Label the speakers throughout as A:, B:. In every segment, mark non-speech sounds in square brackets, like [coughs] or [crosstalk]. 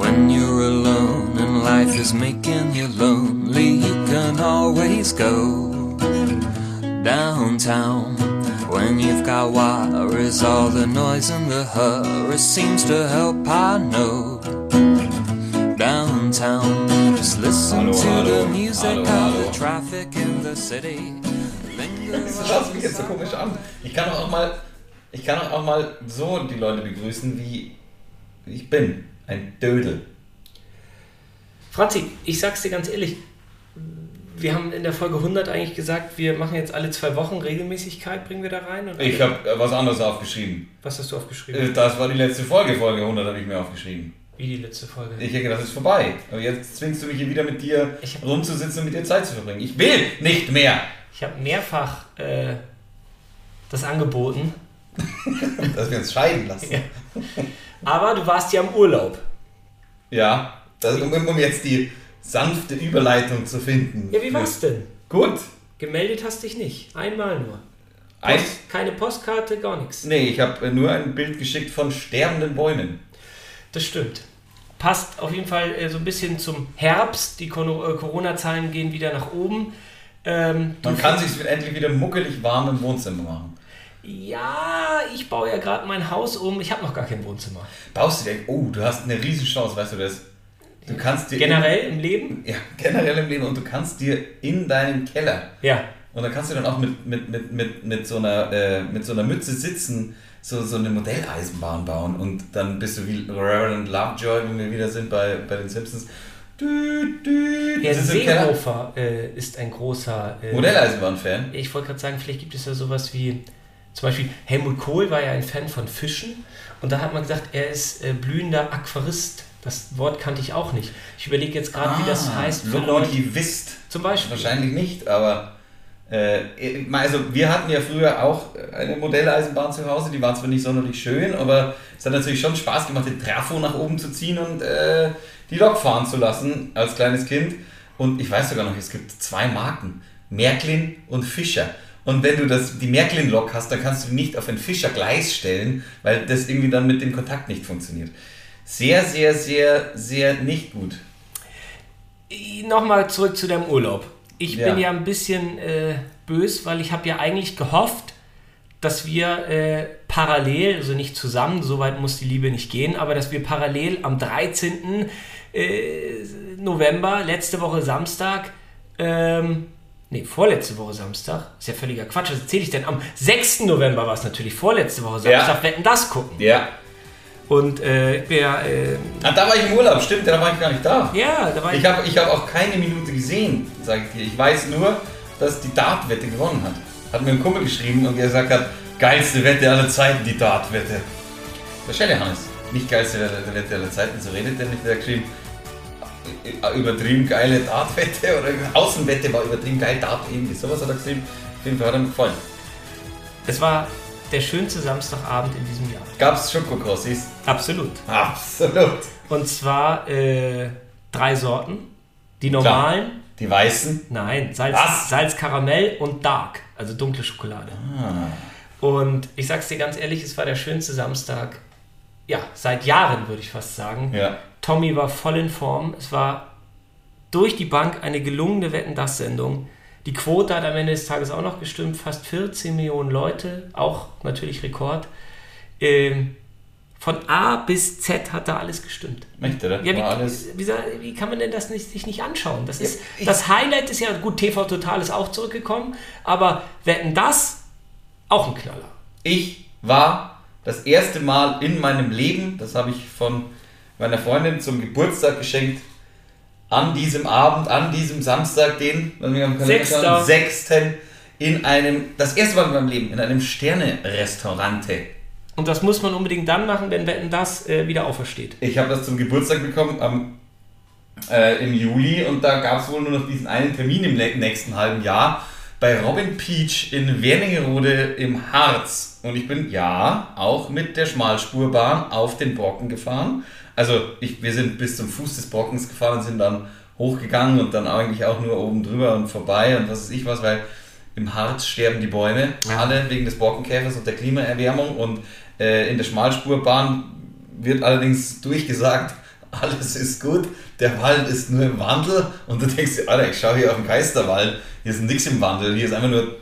A: When you're alone and life is making you lonely, you can always go downtown. When you've got worries, all the noise and the hurry seems to help, I know. Downtown, just listen
B: Hallo,
A: to
B: hallo,
A: the music
B: hallo,
A: of
B: hallo.
A: the traffic in the city.
B: Wieso schaust du mich jetzt so komisch an? Ich kann doch auch mal, ich kann doch auch mal so die Leute begrüßen, wie wie ich bin. Ein Dödel.
C: Franzi, ich sag's dir ganz ehrlich. Wir haben in der Folge 100 eigentlich gesagt, wir machen jetzt alle zwei Wochen Regelmäßigkeit, bringen wir da rein. Und
B: Ich habe äh, was anderes aufgeschrieben.
C: was hast du aufgeschrieben?
B: Äh, Das war die letzte Folge, Folge 100 habe ich mir aufgeschrieben.
C: Wie die letzte Folge.
B: Ich denke, das ist vorbei. Aber jetzt zwingst du mich hier wieder mit dir
C: Ich hab-
B: rumzusitzen und mit dir Zeit zu verbringen. Ich will nicht mehr.
C: Ich habe mehrfach äh, das angeboten,
B: Dass wir uns scheiden lassen. Ja,
C: aber du warst ja im Urlaub.
B: das, um, um jetzt die sanfte Überleitung zu finden.
C: Ja, wie war's denn?
B: Gut.
C: Gemeldet hast dich nicht. Einmal nur.
B: Ein,
C: Keine Postkarte, gar nichts.
B: nee, ich habe nur ein Bild geschickt von sterbenden Bäumen.
C: Das stimmt. Passt auf jeden Fall äh, so ein bisschen zum Herbst. Die Kono- äh, Corona-Zahlen gehen wieder nach oben. Ähm,
B: Man kann sich endlich wieder muckelig warm im Wohnzimmer machen.
C: ja, ich baue ja gerade mein Haus um. Ich habe noch gar kein Wohnzimmer.
B: Baust du dir, oh, du hast eine Riesenchance, weißt du das? Du kannst dir
C: Generell im Leben?
B: ja, [laughs] generell im Leben und du kannst dir in deinem Keller
C: Ja.
B: Und dann kannst du dann auch mit, mit, mit, mit, mit, so, einer, äh, mit so einer Mütze sitzen, so, so eine Modelleisenbahn bauen und dann bist du wie Reverend Lovejoy, wenn wir wieder sind bei, bei den Simpsons. Du, du,
C: Herr
B: sitzt im Keller.
C: Seehofer äh, ist ein großer äh,
B: Modelleisenbahn-Fan.
C: Ich wollte gerade sagen, vielleicht gibt es ja sowas wie, zum Beispiel Helmut Kohl war ja ein Fan von Fischen und da hat man gesagt, er ist äh, blühender Aquarist. Das Wort kannte ich auch nicht. Ich überlege jetzt gerade, wie das
B: Ah,
C: heißt für Leute.
B: Lokomotivist.
C: Zum Beispiel.
B: Wahrscheinlich nicht, aber äh, also wir hatten ja früher auch eine Modelleisenbahn zu Hause, die war zwar nicht sonderlich schön, aber es hat natürlich schon Spaß gemacht, den Trafo nach oben zu ziehen und äh, die Lok fahren zu lassen als kleines Kind. Und ich weiß sogar noch, es gibt zwei Marken, Märklin und Fischer. Und wenn du das, die Märklin-Lok hast, dann kannst du die nicht auf ein Fischer-Gleis stellen, weil das irgendwie dann mit dem Kontakt nicht funktioniert. Sehr, sehr, sehr, sehr nicht gut.
C: Nochmal zurück zu deinem Urlaub. Ich
B: Ja.
C: bin ja ein bisschen äh, bös, weil ich habe ja eigentlich gehofft, dass wir äh, parallel, also nicht zusammen, soweit muss die Liebe nicht gehen, aber dass wir parallel am 13. Äh, November, letzte Woche Samstag, ähm, nee, vorletzte Woche Samstag, ist ja völliger Quatsch, was erzähle ich denn? Am 6. November war es natürlich, vorletzte Woche
B: Ja.
C: Samstag, wetten das gucken.
B: Ja.
C: Und äh, ich bin ja, äh,
B: Ah, da war ich im Urlaub, stimmt, da war ich gar nicht da.
C: ja, da war
B: Ich habe ich hab auch keine Minute gesehen, sage ich dir. Ich weiß nur, dass die Dartwette gewonnen hat. Hat mir ein Kumpel geschrieben und der sagt hat, geilste Wette aller Zeiten, die Dartwette. Der Schelle Hannes. Nicht geilste Wette- Wette aller Zeiten, so redet der nicht. Der hat geschrieben, äh, übertrieben geile Dartwette oder Außenwette war übertrieben geil, Dart irgendwie. Sowas hat er geschrieben. Auf jeden Fall hat er mir gefallen.
C: es war der schönste Samstagabend in diesem Jahr.
B: Gab's Schokokrossis?
C: Absolut.
B: Absolut.
C: Und zwar äh, drei Sorten. Die normalen,
B: Die Weißen?
C: nein, Salz,
B: Was?
C: Salz, Karamell und Dark, also dunkle Schokolade.
B: Ah.
C: Und ich sag's dir ganz ehrlich, es war der schönste Samstag, ja, seit Jahren würde ich fast sagen.
B: Ja.
C: Tommy war voll in Form. Es war durch die Bank eine gelungene Wetten-Das-Sendung. Die Quote hat am Ende des Tages auch noch gestimmt. Fast 14 Millionen Leute, auch natürlich Rekord. Ähm, von A bis Z hat da alles gestimmt.
B: Möchte, oder?
C: Ja,
B: War
C: wie,
B: alles.
C: wie, sa- wie kann man denn das nicht, sich nicht anschauen? Das, ist,
B: ich-
C: das Highlight ist ja, gut, TV Total ist auch zurückgekommen, aber wetten das, auch ein Knaller.
B: Ich war das erste Mal in meinem Leben, das habe ich von meiner Freundin zum Geburtstag geschenkt, an diesem Abend, an diesem Samstag, den wenn wir am Kalender
C: Sechster.
B: schauen, sechsten, in einem, das erste Mal in meinem Leben, in einem Sterne-Restaurante.
C: Und das muss man unbedingt dann machen, wenn wetten das äh, wieder aufersteht.
B: Ich habe das zum Geburtstag bekommen am, äh, im Juli und da gab es wohl nur noch diesen einen Termin im le- nächsten halben Jahr bei Robin Peach in Wernigerode im Harz. Und ich bin ja auch mit der Schmalspurbahn auf den Brocken gefahren. Also ich, wir sind bis zum Fuß des Brockens gefahren, sind dann hochgegangen und dann eigentlich auch nur oben drüber und vorbei und was weiß ich was, weil im Harz sterben die Bäume, alle wegen des Borkenkäfers und der Klimaerwärmung und Äh, in der Schmalspurbahn wird allerdings durchgesagt, alles ist gut, der Wald ist nur im Wandel und du denkst, dir, Alter, ich schaue hier auf den Geisterwald, hier ist nichts im Wandel, hier ist einfach nur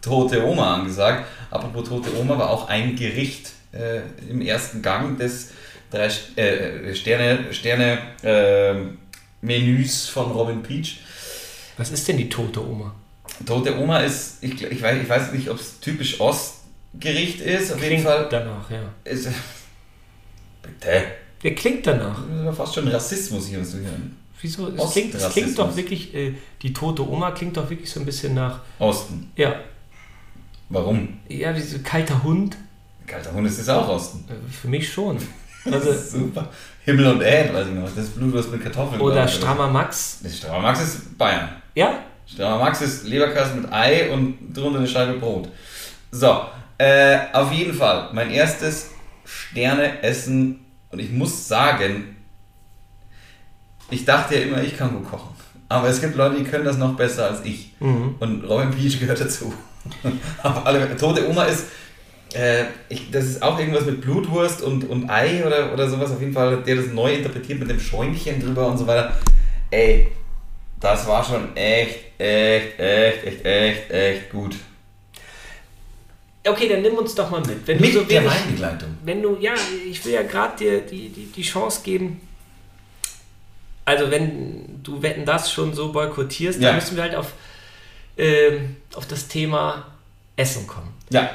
B: tote Oma angesagt. Apropos tote Oma war auch ein Gericht äh, im ersten Gang des drei St- äh, Sterne, Sterne äh, Menüs von Robin Peach.
C: Was ist denn die tote Oma?
B: Tote Oma ist, ich, gl- ich, weiß, ich weiß nicht, ob es typisch Ostgericht ist, auf jeden
C: Klingt
B: Fall.
C: danach, ja.
B: Ist, äh, bitte.
C: Der klingt danach.
B: Das ist aber fast schon Rassismus hier, was wir hören.
C: Wieso? Es
B: Ost-
C: klingt, es klingt doch
B: Rassismus.
C: wirklich, äh, die tote Oma klingt doch wirklich so ein bisschen nach,
B: Osten.
C: ja,
B: Warum?
C: ja, wie so kalter Hund.
B: Kalter Hund ist es auch Osten.
C: Äh, Für mich schon.
B: [laughs]
C: Also,
B: Super. Himmel und Erd, weiß ich noch. Das Blut, was mit Kartoffeln
C: oder
B: war.
C: strammer Max.
B: Das Strammer Max ist Bayern.
C: Ja,
B: Strammer Max ist Leberkasten mit Ei und drunter eine Scheibe Brot. So, äh, auf jeden Fall. Mein erstes Sterneessen. Und ich muss sagen, ich dachte ja immer, ich kann gut kochen. Aber es gibt Leute, die können das noch besser als ich. Und Robin Peach gehört dazu. [laughs] Aber alle, tote Oma ist, äh, ich, das ist auch irgendwas mit Blutwurst und, und Ei oder, oder sowas. Auf jeden Fall hat der das neu interpretiert mit dem Schäumchen drüber und so weiter. Ey, das war schon echt, echt, echt, echt, echt, echt gut.
C: okay, dann nimm uns doch mal mit. Wenn
B: Mit
C: du so
B: der
C: wenig-
B: Weinbegleitung.
C: wenn du, ja, ich will ja gerade dir die, die, die Chance geben. Also, wenn du Wetten das schon so boykottierst,
B: Ja.
C: dann müssen wir halt auf, ähm, auf das Thema Essen kommen.
B: Ja.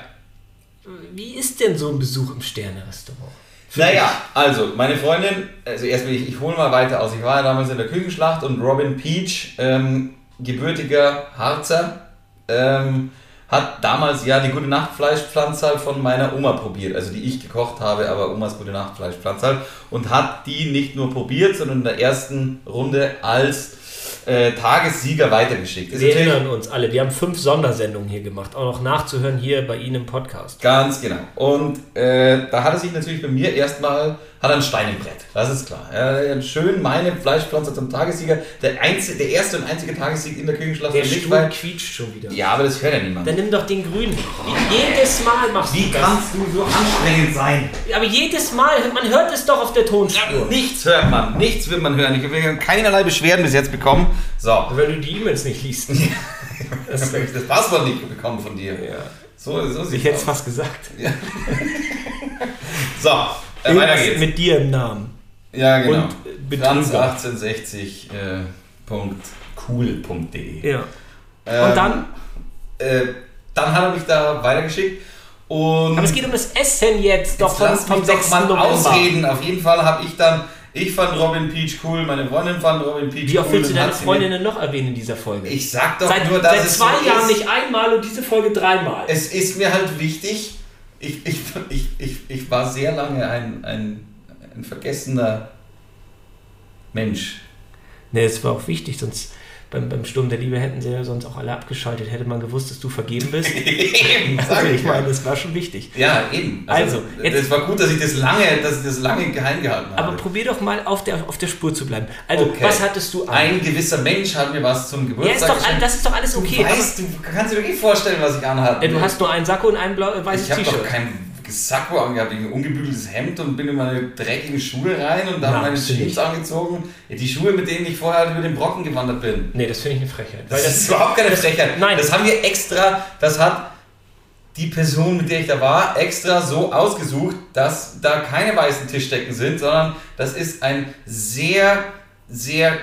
C: Wie ist denn so ein Besuch im Sterne-Restaurant?
B: Naja, also, meine Freundin, also erstmal, ich, ich hole mal weiter aus. Ich war ja damals in der Küchenschlacht und Robin Peach, ähm, gebürtiger Harzer, ähm, hat damals ja die Gute Nacht Fleischpflanzerl von meiner Oma probiert, also die ich gekocht habe, aber Omas Gute Nacht Fleischpflanzerl und hat die nicht nur probiert, sondern in der ersten Runde als äh, Tagessieger weitergeschickt. Ist
C: Wir
B: natürlich-
C: erinnern uns alle, wir haben fünf Sondersendungen hier gemacht, auch noch nachzuhören hier bei Ihnen im Podcast.
B: Ganz genau. Und äh, da hat er sich natürlich bei mir erstmal hat er einen Stein im Brett. Das ist klar. Er hat schön meine Fleischpflanze zum Tagessieger. Der, einzige, der erste und einzige Tagessieg in der Küchenschlacht
C: Der
B: für mich,
C: Stuhl
B: weil-
C: quietscht schon wieder.
B: Ja, aber das hört ja niemand.
C: Dann nimm doch den grünen. Jedes Mal machst du das.
B: du so anstrengend sein?
C: Aber jedes Mal, man hört es doch auf der Tonspur.
B: Nichts hört man. Nichts wird man hören. Ich habe keinerlei Beschwerden bis jetzt bekommen. So.
C: Weil du die E-Mails nicht liest.
B: Das habe ich das Passwort nicht bekommen von dir.
C: Ja.
B: So, so sieht's
C: Ich hätte es
B: aus.
C: fast gesagt.
B: So, äh, weiter
C: Irgendwas
B: geht's.
C: Mit dir im Namen.
B: Ja, genau. äh,
C: Und, äh, Betrüger.
B: Franz1860.cool.de
C: Ja.
B: Ähm,
C: Und dann?
B: Äh, dann hat er mich da weitergeschickt und
C: Aber es geht um das Essen jetzt. Doch
B: jetzt
C: vom,
B: lass
C: vom
B: mich doch
C: 6.
B: mal
C: November.
B: ausreden. Auf jeden Fall habe ich dann, ich fand Robin Peach cool, meine Freundin fand Robin Peach
C: Wie
B: cool.
C: oft willst du
B: und hat
C: deine
B: sie
C: Freundin denn noch erwähnen in dieser Folge?
B: Mir, ich sag doch
C: seit
B: nur, dass
C: seit
B: es
C: zwei
B: so
C: Jahren
B: ist.
C: nicht einmal und diese Folge dreimal.
B: Es ist mir halt wichtig. Ich, ich, ich, ich, ich war sehr lange ein, ein, ein vergessener Mensch. [laughs]
C: Ne, es war auch wichtig, sonst beim, beim Sturm der Liebe hätten sie ja sonst auch alle abgeschaltet. Hätte man gewusst, dass du vergeben bist.
B: Eben, sag
C: Also
B: [laughs]
C: ich
B: ich ja.
C: meine, das war schon wichtig.
B: Ja, eben.
C: Also, jetzt-
B: jetzt es war gut, dass ich das lange, dass ich das lange geheim gehalten habe.
C: Aber probier doch mal auf der, auf der Spur zu bleiben. Also,
B: Okay.
C: was hattest du an?
B: Ein gewisser Mensch hat mir was zum
C: Ja,
B: Geburtstag
C: ist doch, all-
B: geschenkt.
C: das ist doch alles okay.
B: du weißt, du kannst dir doch eh vorstellen, was ich anhabe.
C: aber, äh, du hast nur einen Sakko und ein blau, äh,
B: ich
C: weißes
B: habe doch
C: T-Shirt.
B: kein Sakko angehabt, ich hab ein ungebügeltes Hemd und bin in meine dreckigen Schuhe rein und habe
C: Nein,
B: meine
C: hast du
B: Jeans
C: nicht.
B: angezogen. Ja, die Schuhe, mit denen ich vorher halt über den Brocken gewandert bin.
C: Nee, das finde ich eine Frechheit.
B: Das,
C: Weil das,
B: ist überhaupt keine Frechheit.
C: nein.
B: Das haben wir extra, das hat die Person, mit der ich da war, extra so ausgesucht, dass da keine weißen Tischdecken sind, sondern das ist ein sehr, sehr,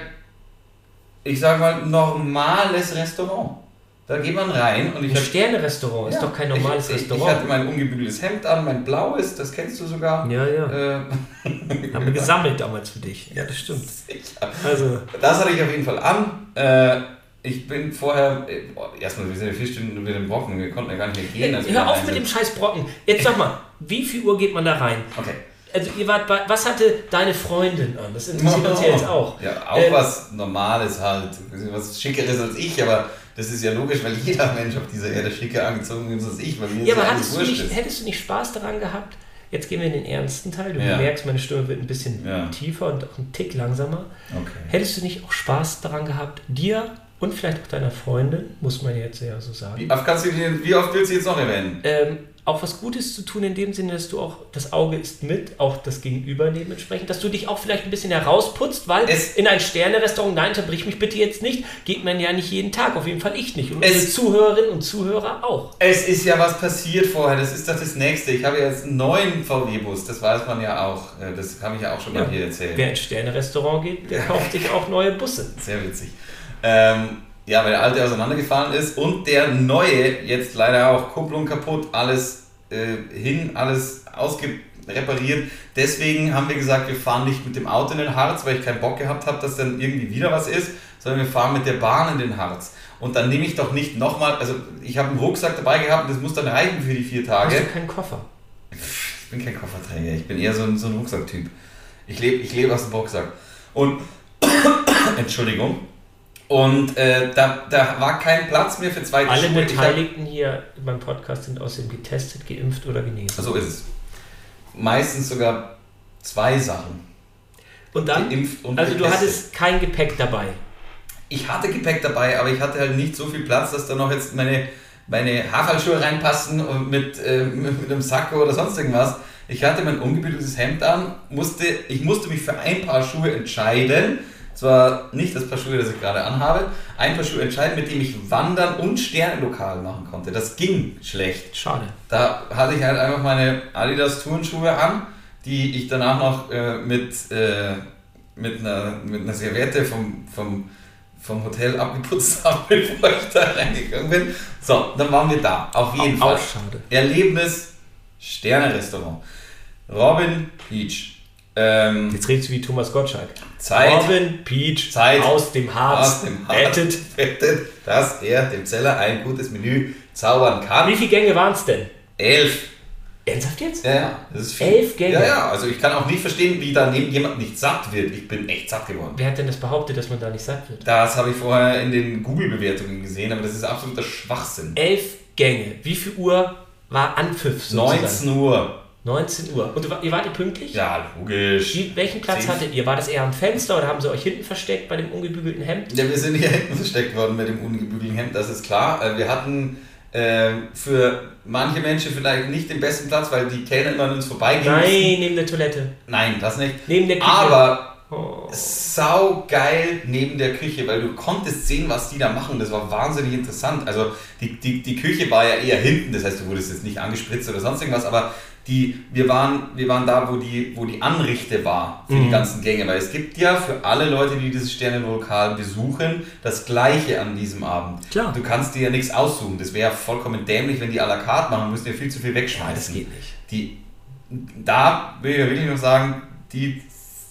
B: ich sag mal, normales Restaurant. Da geht man rein und ich
C: ein
B: hab-
C: Sterne-Restaurant ist
B: Ja,
C: doch kein normales
B: ich, ich, Ich hatte
C: Restaurant.
B: mein ungebügeltes Hemd an, mein blaues, das kennst du sogar.
C: ja, ja.
B: Äh, [laughs]
C: Haben wir gesammelt damals für dich. Ja, das stimmt.
B: sicher.
C: Also,
B: Das hatte ich auf jeden Fall an. Äh, ich bin vorher, äh, boah, erstmal, wir sind ja vier Stunden über den Brocken, wir konnten ja gar nicht mehr gehen. als wir also
C: hör
B: da
C: auf
B: rein
C: mit dem
B: sind.
C: scheiß Brocken. Jetzt sag mal, wie viel Uhr geht man da rein?
B: Okay.
C: Also ihr wart bei, was hatte deine Freundin an? Das interessiert uns ja jetzt
B: [laughs]
C: auch.
B: Ja, auch
C: Ähm,
B: was Normales halt. Was Schickeres als ich, aber das ist ja logisch, weil jeder [laughs] Mensch auf dieser Erde schicker angezogen ist als ich, weil mir
C: Ja, aber
B: alles
C: hattest du
B: wurscht
C: nicht,
B: ist.
C: hättest du nicht Spaß daran gehabt? Jetzt gehen wir in den ernsten Teil. Du
B: Ja.
C: merkst, meine Stimme wird ein bisschen
B: Ja.
C: tiefer und auch ein Tick langsamer.
B: Okay.
C: Hättest du nicht auch Spaß daran gehabt, dir und vielleicht auch deiner Freundin, muss man jetzt ja so sagen,
B: Wie oft, kannst du den, wie oft willst du jetzt noch erwähnen?
C: ähm, auch was Gutes zu tun, in dem Sinne, dass du auch das Auge ist mit, auch das Gegenüber dementsprechend, dass du dich auch vielleicht ein bisschen herausputzt, weil
B: Es-
C: in ein Sterne-Restaurant, nein, unterbrich mich bitte jetzt nicht, geht man ja nicht jeden Tag, auf jeden Fall ich nicht. Und
B: Es-
C: unsere Zuhörerinnen und Zuhörer auch.
B: Es ist ja was passiert vorher, das ist doch das Nächste. Ich habe jetzt einen neuen VW-Bus, das weiß man ja auch. Äh, Das habe ich ja auch schon mal
C: Ja.
B: hier erzählt.
C: Wer ins Sterne-Restaurant geht, der kauft sich auch neue Busse.
B: Sehr witzig. Ähm, ja, weil der alte auseinandergefahren ist und der neue jetzt leider auch Kupplung kaputt, alles äh, hin, alles ausgerepariert. Deswegen haben wir gesagt, wir fahren nicht mit dem Auto in den Harz, weil ich keinen Bock gehabt habe, dass dann irgendwie wieder was ist, sondern wir fahren mit der Bahn in den Harz. Und dann nehme ich doch nicht nochmal, also ich habe einen Rucksack dabei gehabt und das muss dann reichen für die vier
C: Hast
B: Tage.
C: du keinen Koffer?
B: Ich bin kein Kofferträger, ich bin eher so ein, so ein Rucksacktyp. Ich lebe ich leb aus dem Rucksack. Und, [coughs] Entschuldigung. Und äh, da, da war kein Platz mehr für zwei
C: Alle
B: Schuhe. Ich
C: Beteiligten hier beim Podcast sind außerdem getestet, geimpft oder
B: hab-
C: genesen.
B: so ist es. Meistens sogar zwei Sachen.
C: Und dann,
B: Geimpft und
C: also du
B: getestet.
C: hattest kein Gepäck dabei.
B: Ich hatte Gepäck dabei, aber ich hatte halt nicht so viel Platz, dass da noch jetzt meine, meine Haferlschuhe reinpassen und mit, äh, mit, mit einem Sakko oder sonst irgendwas. Ich hatte mein ungebügeltes Hemd an, musste, ich musste mich für ein paar Schuhe entscheiden. Zwar nicht das Paar Schuhe, das ich gerade anhabe, ein Paar Schuhe entscheiden, mit dem ich Wandern und Sternenlokal machen konnte. Das ging schlecht.
C: Schade.
B: Da hatte ich halt einfach meine Adidas Turnschuhe an, die ich danach noch äh, mit, äh, mit, einer, mit einer Serviette vom, vom, vom Hotel abgeputzt [laughs] habe, bevor ich da reingegangen bin. So, dann waren wir da. Auf jeden
C: Auch
B: Fall.
C: schade.
B: Erlebnis Sterne-Restaurant. Robin Beach. Ähm,
C: Jetzt redest du wie Thomas Gottschalk.
B: Zeit.
C: Robin Peach
B: Zeit.
C: aus dem Harz
B: Aus dem Harz.
C: rettet.
B: Wettet, dass er dem Zeller ein gutes Menü zaubern kann.
C: Wie viele Gänge waren es denn?
B: Elf.
C: Ernsthaft jetzt?
B: Ja, ja, das ist viel.
C: Elf Gänge.
B: Ja, ja, also ich kann auch nicht verstehen, wie daneben jemand nicht satt wird. Ich bin echt satt geworden.
C: Wer hat denn das behauptet, dass man da nicht satt wird?
B: Das habe ich vorher in den Google-Bewertungen gesehen, aber das ist absoluter Schwachsinn.
C: Elf Gänge. Wie viel Uhr war Anpfiff? sozusagen?
B: 19 Uhr.
C: 19 Uhr. Und du wa- ihr wart ihr pünktlich?
B: Ja, logisch.
C: Wie- Welchen Platz
B: Zehn.
C: hattet ihr? War das eher am Fenster oder haben sie euch hinten versteckt bei dem ungebügelten Hemd?
B: Ja, wir sind hier hinten versteckt worden mit dem ungebügelten Hemd, das ist klar. Äh, Wir hatten ähm, für manche Menschen vielleicht nicht den besten Platz, weil die Kellner immer an uns vorbeigingen.
C: Nein, neben der Toilette.
B: Nein, das nicht.
C: Neben der Küche.
B: Aber
C: Oh.
B: saugeil neben der Küche, weil du konntest sehen, was die da machen. Das war wahnsinnig interessant. Also die, die, die Küche war ja eher hinten, das heißt, du wurdest jetzt nicht angespritzt oder sonst irgendwas, aber die, wir, waren, wir waren da, wo die, wo die Anrichte war
C: Mhm.
B: für die ganzen Gänge, weil es gibt ja für alle Leute, die dieses Sternenlokal besuchen, das Gleiche an diesem Abend.
C: Klar.
B: Du kannst dir ja nichts aussuchen. Das wäre ja vollkommen dämlich, wenn die à la carte machen, müssen ja viel zu viel wegschmeißen.
C: Das geht nicht.
B: Die, da will ich ja wirklich noch sagen, die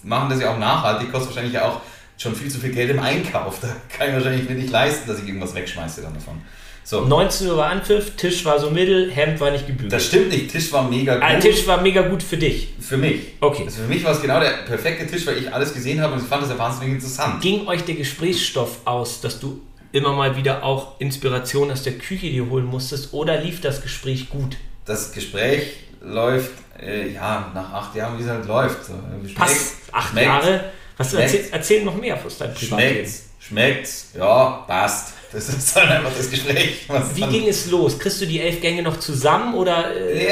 B: machen das ja auch nachhaltig, kostet wahrscheinlich ja auch schon viel zu viel Geld im Einkauf. Da kann ich wahrscheinlich mir nicht leisten, dass ich irgendwas wegschmeiße dann davon. So,
C: 19 Uhr war Anpfiff, Tisch war so mittel, Hemd war nicht gebügelt.
B: das stimmt nicht. Tisch war mega gut.
C: Ein Tisch war mega gut für dich.
B: Für mich.
C: Okay.
B: Also für mich war es genau der perfekte Tisch, weil ich alles gesehen habe und ich fand das ja wahnsinnig interessant.
C: Ging euch der Gesprächsstoff aus, dass du immer mal wieder auch Inspiration aus der Küche dir holen musstest oder lief das Gespräch gut?
B: Das Gespräch läuft, äh, ja, nach acht Jahren, wie es halt läuft. So, äh, schmeckt-
C: Passt acht
B: schmeckt,
C: Jahre. Was
B: Schmeckt.
C: erzähl, erzähl noch mehr aus deinem Privatleben.
B: Schmeckt's, schmeckt's, ja, passt. Das ist dann einfach das Gespräch. was
C: Wie
B: dann-
C: ging es los? Kriegst du die elf Gänge noch zusammen oder äh,
B: Ja,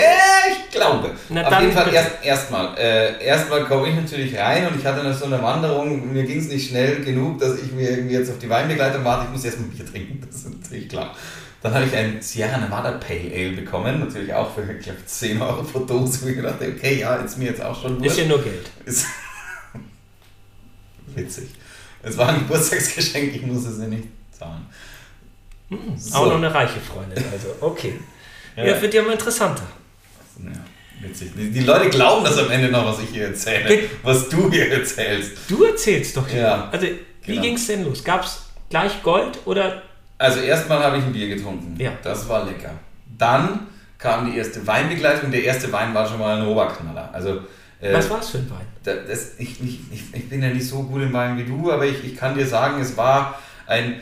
B: ich glaube.
C: Na,
B: Auf
C: dann
B: jeden Fall
C: bitte.
B: erst- erstmal. Äh, erstmal komme ich natürlich rein und ich hatte noch so eine Wanderung. Mir ging es nicht schnell genug, dass ich mir irgendwie jetzt auf die Weinbegleitung warte. Ich muss erstmal Bier trinken, [laughs] das ist natürlich klar. Dann habe ich ein Sierra Nevada Pale Ale bekommen, natürlich auch für, ich glaube, 10 Euro pro Dose. wo Ich dachte, okay, ja, ist mir jetzt auch schon
C: ist ja
B: wurscht.
C: nur Geld?
B: Ist- Witzig. Es war ein [laughs] Geburtstagsgeschenk, ich muss es ja nicht zahlen.
C: Hm, Auch
B: So.
C: noch eine reiche Freundin. Also, okay.
B: Ja.
C: ja. wird ja mal interessanter.
B: Ja, witzig. Die, die Leute glauben das am Ende noch, was ich hier erzähle,
C: Ge-
B: was du hier erzählst.
C: Du erzählst doch.
B: Ja,
C: Also, wie
B: genau.
C: ging es denn los? Gab es gleich Gold oder
B: Also erstmal habe ich ein Bier getrunken.
C: Ja.
B: Das war lecker. Dann kam die erste Weinbegleitung. Der erste Wein war schon mal ein Oberknaller. Also äh,
C: was war es für ein Wein?
B: da- das, ich, ich, ich- ich bin ja nicht so gut im Wein wie du, aber ich, ich kann dir sagen, es war ein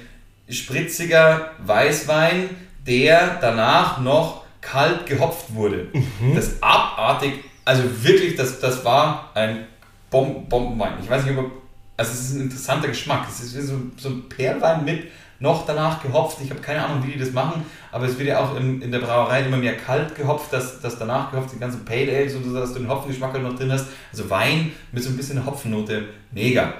B: spritziger Weißwein, der danach noch kalt gehopft wurde.
C: Mhm.
B: Das abartig, also wirklich, das, das war ein Bom Bombenwein. Ich weiß nicht, ob er, also es ist ein interessanter Geschmack. Es ist wie so, so ein Perlwein mit noch danach gehopft. Ich habe keine Ahnung, wie die das machen, aber es wird ja auch in, in der Brauerei immer mehr kalt gehopft, dass, dass danach gehopft, die ganzen Pale Ale, so dass du den Hopfengeschmack halt noch drin hast. Also Wein mit so ein bisschen Hopfennote. Mega.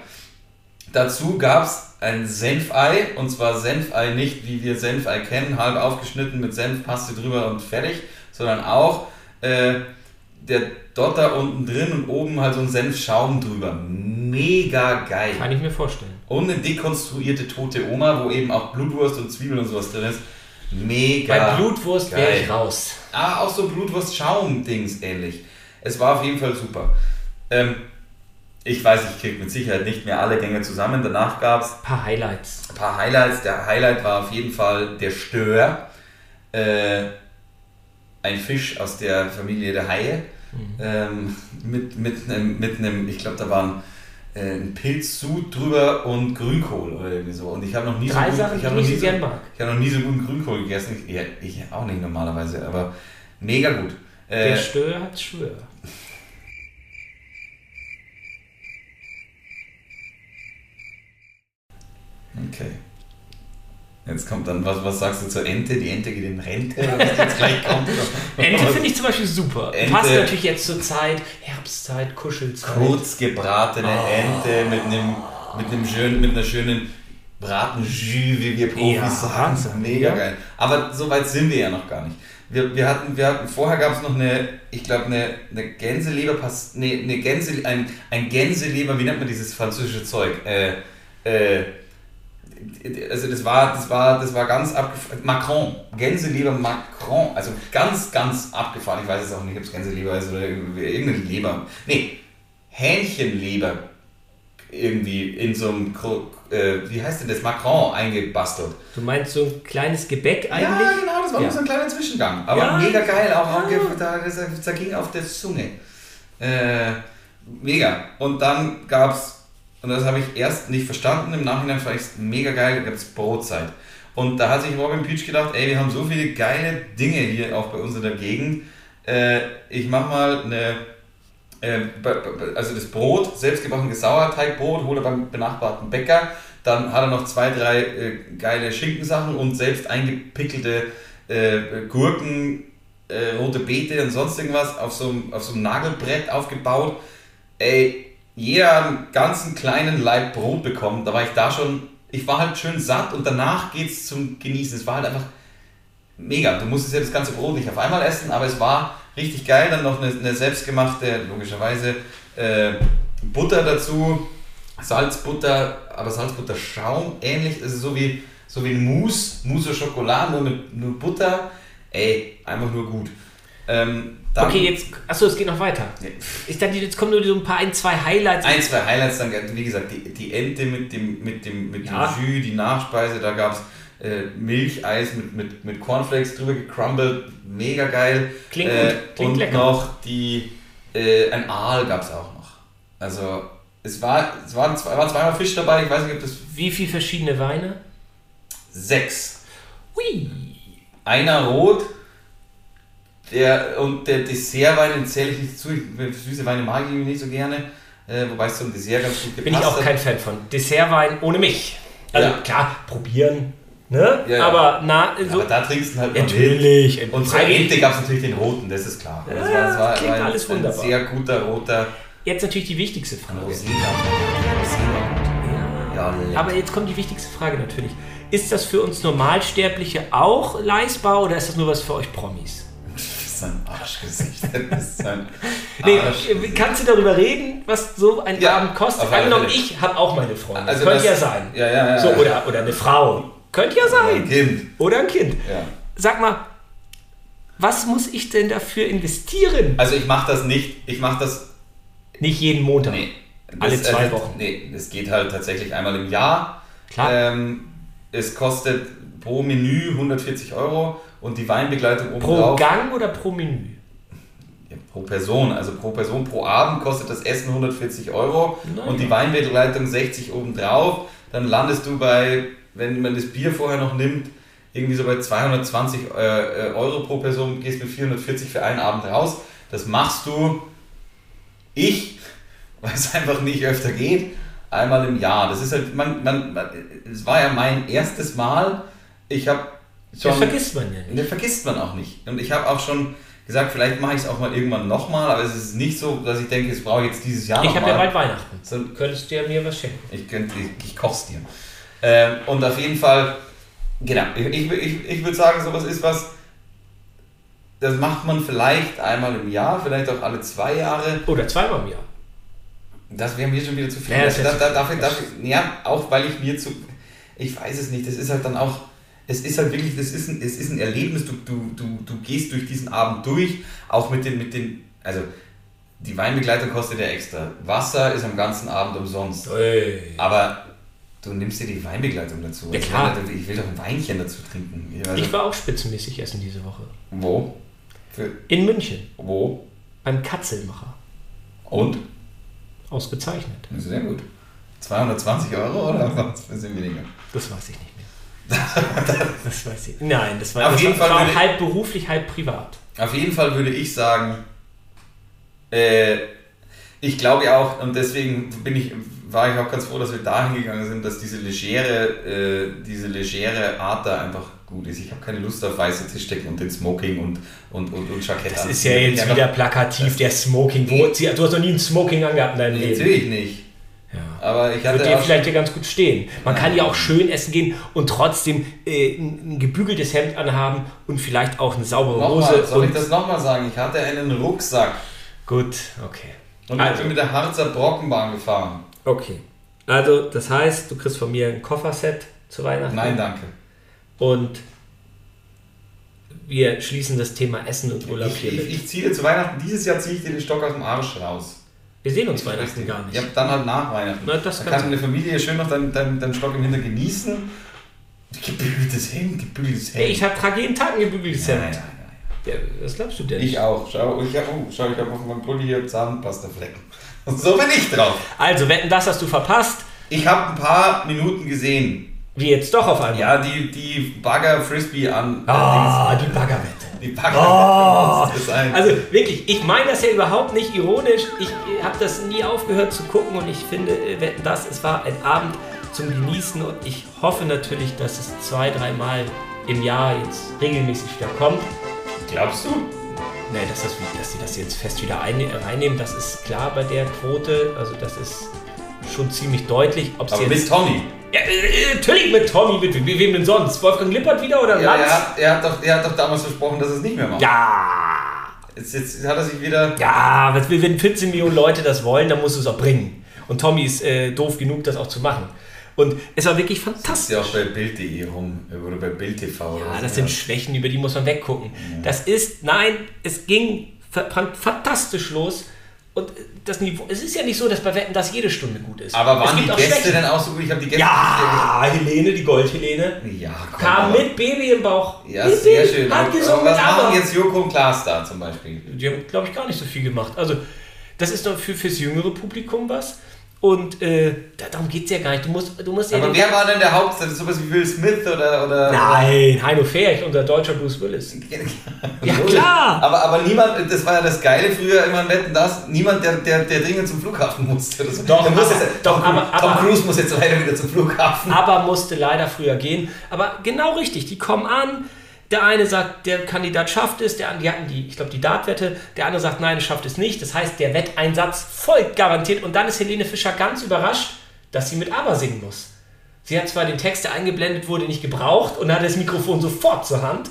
B: Dazu gab es ein Senfei, und zwar Senfei nicht, wie wir Senfei kennen, halb aufgeschnitten mit Senfpaste drüber und fertig, sondern auch äh, der Dotter unten drin und oben halt so ein Senfschaum drüber. Mega geil.
C: Kann ich mir vorstellen.
B: Und eine dekonstruierte tote Oma, wo eben auch Blutwurst und Zwiebeln und sowas drin ist. Mega.
C: Bei Blutwurst wäre
B: Geil.
C: ich raus.
B: Ah, auch so Blutwurst-Schaum-Dings ähnlich. Es war auf jeden Fall super. Ähm, ich weiß, ich krieg mit Sicherheit nicht mehr alle Gänge zusammen. Danach gab es
C: Ein paar Highlights.
B: ein paar Highlights. Der Highlight war auf jeden Fall der Stör. Äh, ein Fisch aus der Familie der Haie.
C: Mhm.
B: Ähm, mit, mit einem, mit einem, ich glaube, da waren äh, ein Pilzsud drüber und Grünkohl oder irgendwie so. Und ich habe noch nie
C: Drei
B: so
C: Sachen,
B: ich
C: die
B: hab
C: ich
B: noch nie
C: nicht
B: so,
C: gern mag.
B: ich habe noch nie so guten Grünkohl gegessen. Ich, ja, ich auch nicht normalerweise, aber mega gut.
C: Der
B: Äh,
C: Stör hat Schwör.
B: okay. Jetzt kommt dann, was, was sagst du zur Ente? Die Ente geht in Rente. Was jetzt gleich kommt. [laughs]
C: Ente finde ich zum Beispiel super.
B: Ente-
C: Passt natürlich jetzt zur Zeit, Herbstzeit, Kuschelzeit.
B: kurz gebratene Ah. Ente mit einem mit einem schönen mit einer schönen Bratenjus, wie wir Profis
C: Ja,
B: sagen.
C: Wahnsinn.
B: Mega
C: Ja.
B: geil. Aber so weit sind wir ja noch gar nicht. Wir, wir hatten, wir hatten, vorher gab es noch eine, ich glaube, eine, eine Gänseleberpast, nee, eine Gänse, ein, ein Gänseleber, wie nennt man dieses französische Zeug? Äh, äh, also das war, das war, das war ganz abgefahren. Macron, Gänseleber Macron, also ganz, ganz abgefahren. Ich weiß jetzt auch nicht, ob es Gänseleber ist oder irgendwie- irgendeine Leber. Nee, Hähnchenleber irgendwie in so einem, Kro- äh, wie heißt denn das, Macron eingebastelt.
C: Du meinst so ein kleines Gebäck eigentlich?
B: Ja, genau, das war
C: Ja.
B: nur so ein kleiner Zwischengang. Aber
C: Ja.
B: mega geil, auch abge- da, das zerging auf der Zunge. Äh, mega. Und dann gab es, und das habe ich erst nicht verstanden, im Nachhinein fand ich es mega geil, da gab es Brotzeit. Und da hat sich Robin Peach gedacht, ey, wir haben so viele geile Dinge hier auch bei uns in der Gegend. Äh, ich mache mal eine ähm, be- be- also das Brot, selbstgebackenes Sauerteigbrot, holt er beim benachbarten Bäcker. Dann hat er noch zwei, drei äh, geile Schinkensachen und selbst eingepickelte äh, Gurken, äh, rote Beete und sonst irgendwas auf so, einem- auf so einem Nagelbrett aufgebaut. Ey, jeder hat einen ganzen kleinen Leib Brot bekommen. Da war ich da schon, ich war halt schön satt und danach geht's zum Genießen. Es war halt einfach mega. Du musstest ja das ganze Brot nicht auf einmal essen, aber es war richtig geil. Dann noch eine, eine selbstgemachte, logischerweise, äh, Butter dazu, Salzbutter, aber Salzbutterschaum ähnlich. Also so wie, so wie ein Mousse, Mousse au Chocolat, nur mit nur Butter. Ey, einfach nur gut. Ähm, dann-
C: Okay, jetzt, achso, es geht noch weiter. Ich dachte, jetzt kommen nur so ein paar, ein, zwei Highlights.
B: Ein, zwei Highlights, dann, wie gesagt, die, die Ente mit dem, mit dem, mit
C: Ja.
B: dem Jus, die Nachspeise, da gab es äh, Milcheis mit, mit, mit Cornflakes drüber gecrumbled, mega geil.
C: Klingt
B: äh,
C: gut, klingt
B: und
C: lecker.
B: noch die, äh, ein Aal gab es auch noch. Also es war, es waren zwei, war zweimal Fisch dabei, ich weiß nicht, ob das
C: Wie viele verschiedene Weine?
B: sechs
C: Hui!
B: einer rot. Der, und der Dessertwein, den zähle ich nicht zu. Ich, süße Weine mag ich nicht so gerne. Äh, wobei es zum Dessert ganz gut gepasst
C: Bin ich auch
B: hat.
C: kein Fan von. Dessertwein ohne mich. Also
B: Ja.
C: klar, probieren. Ne?
B: Ja, ja.
C: Aber na,
B: Ja,
C: so.
B: Aber da trinkst du halt mal wild.
C: natürlich.
B: Und zur Ente gab es natürlich den roten, das ist klar. Das
C: Ja,
B: das
C: das klingt alles wunderbar.
B: ein sehr guter roter
C: Jetzt natürlich die wichtigste Frage.
B: Rosinensaft. Ja, lecker.
C: Aber jetzt kommt die wichtigste Frage natürlich. Ist das für uns Normalsterbliche auch leistbar oder ist das nur was für euch Promis?
B: Das ist ein Arschgesicht. Das ist ein
C: [laughs] Nee,
B: Arschgesicht.
C: kannst du darüber reden, was so ein
B: Ah. Ja,
C: Abend
B: auf
C: kostet?
B: alle
C: Angenommen,
B: Fälle.
C: ich habe auch meine Freundin.
B: Also
C: Könnte
B: das-
C: ja sein.
B: ja, ja, ja,
C: so,
B: ja.
C: Oder, oder eine Frau. Könnte ja sein.
B: Ein Kind.
C: Oder ein Kind.
B: Ja.
C: Sag mal, was muss ich denn dafür investieren?
B: Also ich mache das nicht, ich mache das
C: Nicht jeden Montag.
B: Nee.
C: Alle
B: Das-
C: zwei
B: also,
C: Wochen.
B: Nee, es geht halt tatsächlich einmal im Jahr.
C: Klar.
B: Ähm, es kostet pro Menü 140 Euro und die Weinbegleitung oben
C: Pro
B: drauf.
C: Gang oder pro Menü?
B: Ja, pro Person, also pro Person pro Abend kostet das Essen 140 Euro
C: Na
B: und die
C: ja.
B: Weinbegleitung 60 obendrauf. Dann landest du bei, wenn man das Bier vorher noch nimmt, irgendwie so bei 220 äh, äh, Euro pro Person, gehst mit 440 für einen Abend raus. [laughs] Das machst du, ich, weil es einfach nicht öfter geht, einmal im Jahr. Das ist halt, man, man, man, es war ja mein erstes Mal. Ich habe schon.
C: Das vergisst man ja nicht.
B: Das vergisst man auch nicht. Und ich habe auch schon gesagt, vielleicht mache ich es auch mal irgendwann nochmal, aber es ist nicht so, dass ich denke, es brauche ich jetzt dieses Jahr
C: Ich habe ja
B: nochmal.
C: bald Weihnachten.
B: So,
C: Könntest du ja mir was schenken.
B: ich könnte, ich, ich koch's dir. Ähm, und auf jeden Fall, genau, ich, ich, ich, ich würde sagen, sowas ist was, das macht man vielleicht einmal im Jahr, vielleicht auch alle zwei Jahre.
C: Oder zweimal im Jahr.
B: Das wäre mir schon wieder zu viel.
C: Ja,
B: Ja,
C: das ist
B: da,
C: jetzt-
B: da, dafür, dafür, ja, auch weil ich mir zu. Ich weiß es nicht, das ist halt dann auch. Es ist halt wirklich, das ist ein, es ist ein Erlebnis. Du, du, du, du gehst durch diesen Abend durch, auch mit dem, mit dem. Also, die Weinbegleitung kostet ja extra. Wasser ist am ganzen Abend umsonst. Aber du nimmst dir die Weinbegleitung dazu.
C: Ja,
B: Ich
C: klar.
B: will- Ich will doch ein Weinchen dazu trinken. Ja, Also,
C: Ich war auch spitzenmäßig essen diese Woche.
B: wo? Für,
C: In München.
B: wo?
C: Beim Katzelmacher.
B: Und?
C: Ausgezeichnet.
B: Sehr gut. 220 Euro oder was? Ein bisschen weniger.
C: Das weiß ich nicht mehr. [laughs] Das weiß ich. Nein, das war,
B: Auf
C: das
B: jeden
C: war
B: Fall
C: war
B: würde-
C: halb beruflich, halb privat.
B: Auf jeden Fall würde ich sagen, äh, ich glaube ja auch, und deswegen bin ich, war ich auch ganz froh, dass wir dahin gegangen sind, dass diese legere, äh, diese legere Art da einfach gut ist. Ich habe keine Lust auf weiße Tischdecken und den Smoking und, und, und, und Jackett.
C: Das ist ja
B: anziehen.
C: jetzt
B: Einfach-
C: wieder plakativ, der Smoking. Wo, du hast noch nie einen Smoking angehabt in deinem
B: Nee,
C: Leben.
B: Natürlich nicht.
C: Ja.
B: Aber ich
C: Wird
B: hatte
C: dir
B: auch
C: vielleicht ja ganz gut stehen. Man kann ja auch schön essen gehen und trotzdem äh, ein ein gebügeltes Hemd anhaben und vielleicht auch eine saubere
B: nochmal,
C: Hose.
B: soll ich
C: Und
B: das nochmal sagen? Ich hatte einen Rucksack
C: gut, okay.
B: und ich
C: also,
B: bin mit der Harzer Brockenbahn gefahren.
C: okay. Also, das heißt, du kriegst von mir ein Kofferset zu Weihnachten.
B: Nein, danke.
C: Und wir schließen das Thema Essen und Urlaub
B: Ich,
C: hier
B: ich,
C: mit.
B: ich ziehe zu Weihnachten, dieses Jahr ziehe ich dir den Stock aus dem Arsch raus.
C: Wir sehen uns Weihnachten gar nicht.
B: Ja, dann halt nach Weihnachten.
C: Na, das
B: dann
C: kann
B: kann deine Familie schön noch deinen dein, dein Stock im Hintern genießen. Gebügeltes Hemd, gebügeltes Hemd.
C: Ich habe jeden Tag ein gebügeltes
B: nein, nein,
C: Hemd.
B: nein.
C: Ja, das glaubst du denn?
B: Ich auch. Schau, ich habe oh, schau, ich hab auf meinem Pulli hier Zahnpastaflecken. [laughs] Und so bin ich drauf.
C: Also, wetten, das hast du verpasst.
B: Ich habe ein paar Minuten gesehen.
C: Wie jetzt doch auf einmal.
B: Ja, die, die Bagger Frisbee an.
C: Ah, die
B: [laughs]
C: Baggerwette.
B: die Bagger. Das ist ein.
C: Also wirklich, ich meine das ja überhaupt nicht ironisch. Ich äh, habe das nie aufgehört zu gucken und ich finde, äh, wetten, das, es war ein Abend zum Genießen und ich hoffe natürlich, dass es zwei, dreimal im Jahr jetzt regelmäßig wieder kommt.
B: glaubst du?
C: Nee, dass, das, dass sie das jetzt fest wieder einne- reinnehmen, das ist klar bei der Quote. Also das ist schon ziemlich deutlich. Ob sie
B: Aber mit
C: jetzt,
B: Tommy.
C: ja, äh, natürlich mit Tommy, mit, mit wem denn sonst? Wolfgang Lippert wieder oder
B: Ja,
C: Lanz?
B: er, hat, er, hat doch, er hat doch damals versprochen, dass er es nicht mehr macht.
C: ja.
B: Jetzt, jetzt hat er sich wieder.
C: Ja, was will- wenn 14 Millionen Leute das wollen, dann musst du es auch bringen. Und Tommy ist äh, doof genug, das auch zu machen. Und es war wirklich
B: Ist
C: fantastisch.
B: ja auch bei Bild.de rum. Oder bei Bild TV. oder
C: Ja,
B: so,
C: Ah, das sind Schwächen, über die muss man weggucken. Das ist, nein, es ging fa- fan- fantastisch los. Und das Niveau, es ist ja nicht so, dass bei Wetten das jede Stunde gut ist.
B: Aber waren
C: es
B: die
C: gibt auch
B: Gäste
C: Schwächen.
B: denn auch so gut? Ich habe die Gäste
C: Ja, Helene, die Goldhelene,
B: nicht gesehen. Ja, komm,
C: kam
B: aber-
C: mit Baby im Bauch.
B: Ja,
C: Mit
B: sehr
C: Baby,
B: schön.
C: Hat
B: Aber
C: gesungen,
B: was
C: aber-
B: machen jetzt Joko und Klaas da zum Beispiel?
C: die haben, glaube ich, gar nicht so viel gemacht. Also, das ist doch für, fürs jüngere Publikum was. Und äh, da- darum geht es ja gar nicht. Du musst, du musst ja
B: Aber
C: den-
B: wer war denn der Haupt? Sowas wie Will Smith oder. oder
C: Nein, Heino Ferch, unser deutscher Bruce Willis. Ja,
B: Null.
C: klar.
B: Aber, aber niemand, das war ja das Geile früher immer in Wetten, das, niemand, der, der, der dringend zum Flughafen musste. Das,
C: Doch,
B: der muss
C: aber-
B: jetzt, Tom,
C: aber-
B: Cruise- Tom
C: aber-
B: Cruise muss jetzt leider wieder zum Flughafen.
C: aber musste leider früher gehen. Aber genau richtig, die kommen an. Der eine sagt, der Kandidat schafft es, der andere, die hatten die, ich glaube, die Dartwette. Der andere sagt, nein, schafft es nicht. Das heißt, der Wetteinsatz folgt garantiert. Und dann ist Helene Fischer ganz überrascht, dass sie mit Aber singen muss. Sie hat zwar den Text, der eingeblendet wurde, nicht gebraucht und hat das Mikrofon sofort zur Hand.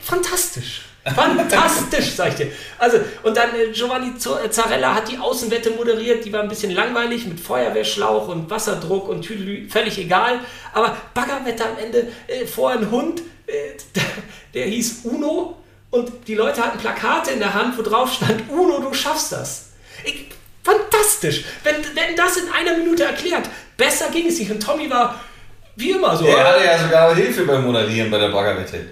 C: Fantastisch. Fantastisch, sag ich dir. Also, und dann äh, Giovanni Z- äh, Zarella hat die Außenwette moderiert, die war ein bisschen langweilig mit Feuerwehrschlauch und Wasserdruck und Tüdelü, völlig egal. Aber Baggerwette am Ende, äh, vorher ein Hund, äh, der hieß Uno und die Leute hatten Plakate in der Hand, wo drauf stand: Uno, du schaffst das. Ich, fantastisch. Wenn, wenn das in einer Minute erklärt, besser ging es nicht. Und Tommy war wie immer so.
B: Der hatte ja sogar Hilfe beim Moderieren bei der Baggerwette.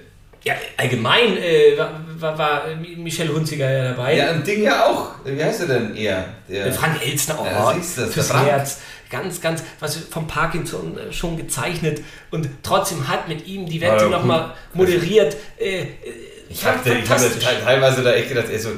C: Ja, allgemein äh, war, war, war Michelle Hunziger ja dabei.
B: Ja, ein Ding ja auch. Wie heißt er denn eher? Der,
C: Äh, Frank Elstner, oh,
B: Ja, siehst du, das
C: fürs
B: ist der Frank.
C: Herz. Ganz, ganz, was vom Parkinson äh, schon gezeichnet. Und trotzdem hat mit ihm die
B: Ah, Ja,
C: Wette
B: gut.
C: nochmal moderiert. Äh, äh,
B: Ich habe hab
C: fantastisch.
B: teilweise da echt gedacht, ey, so,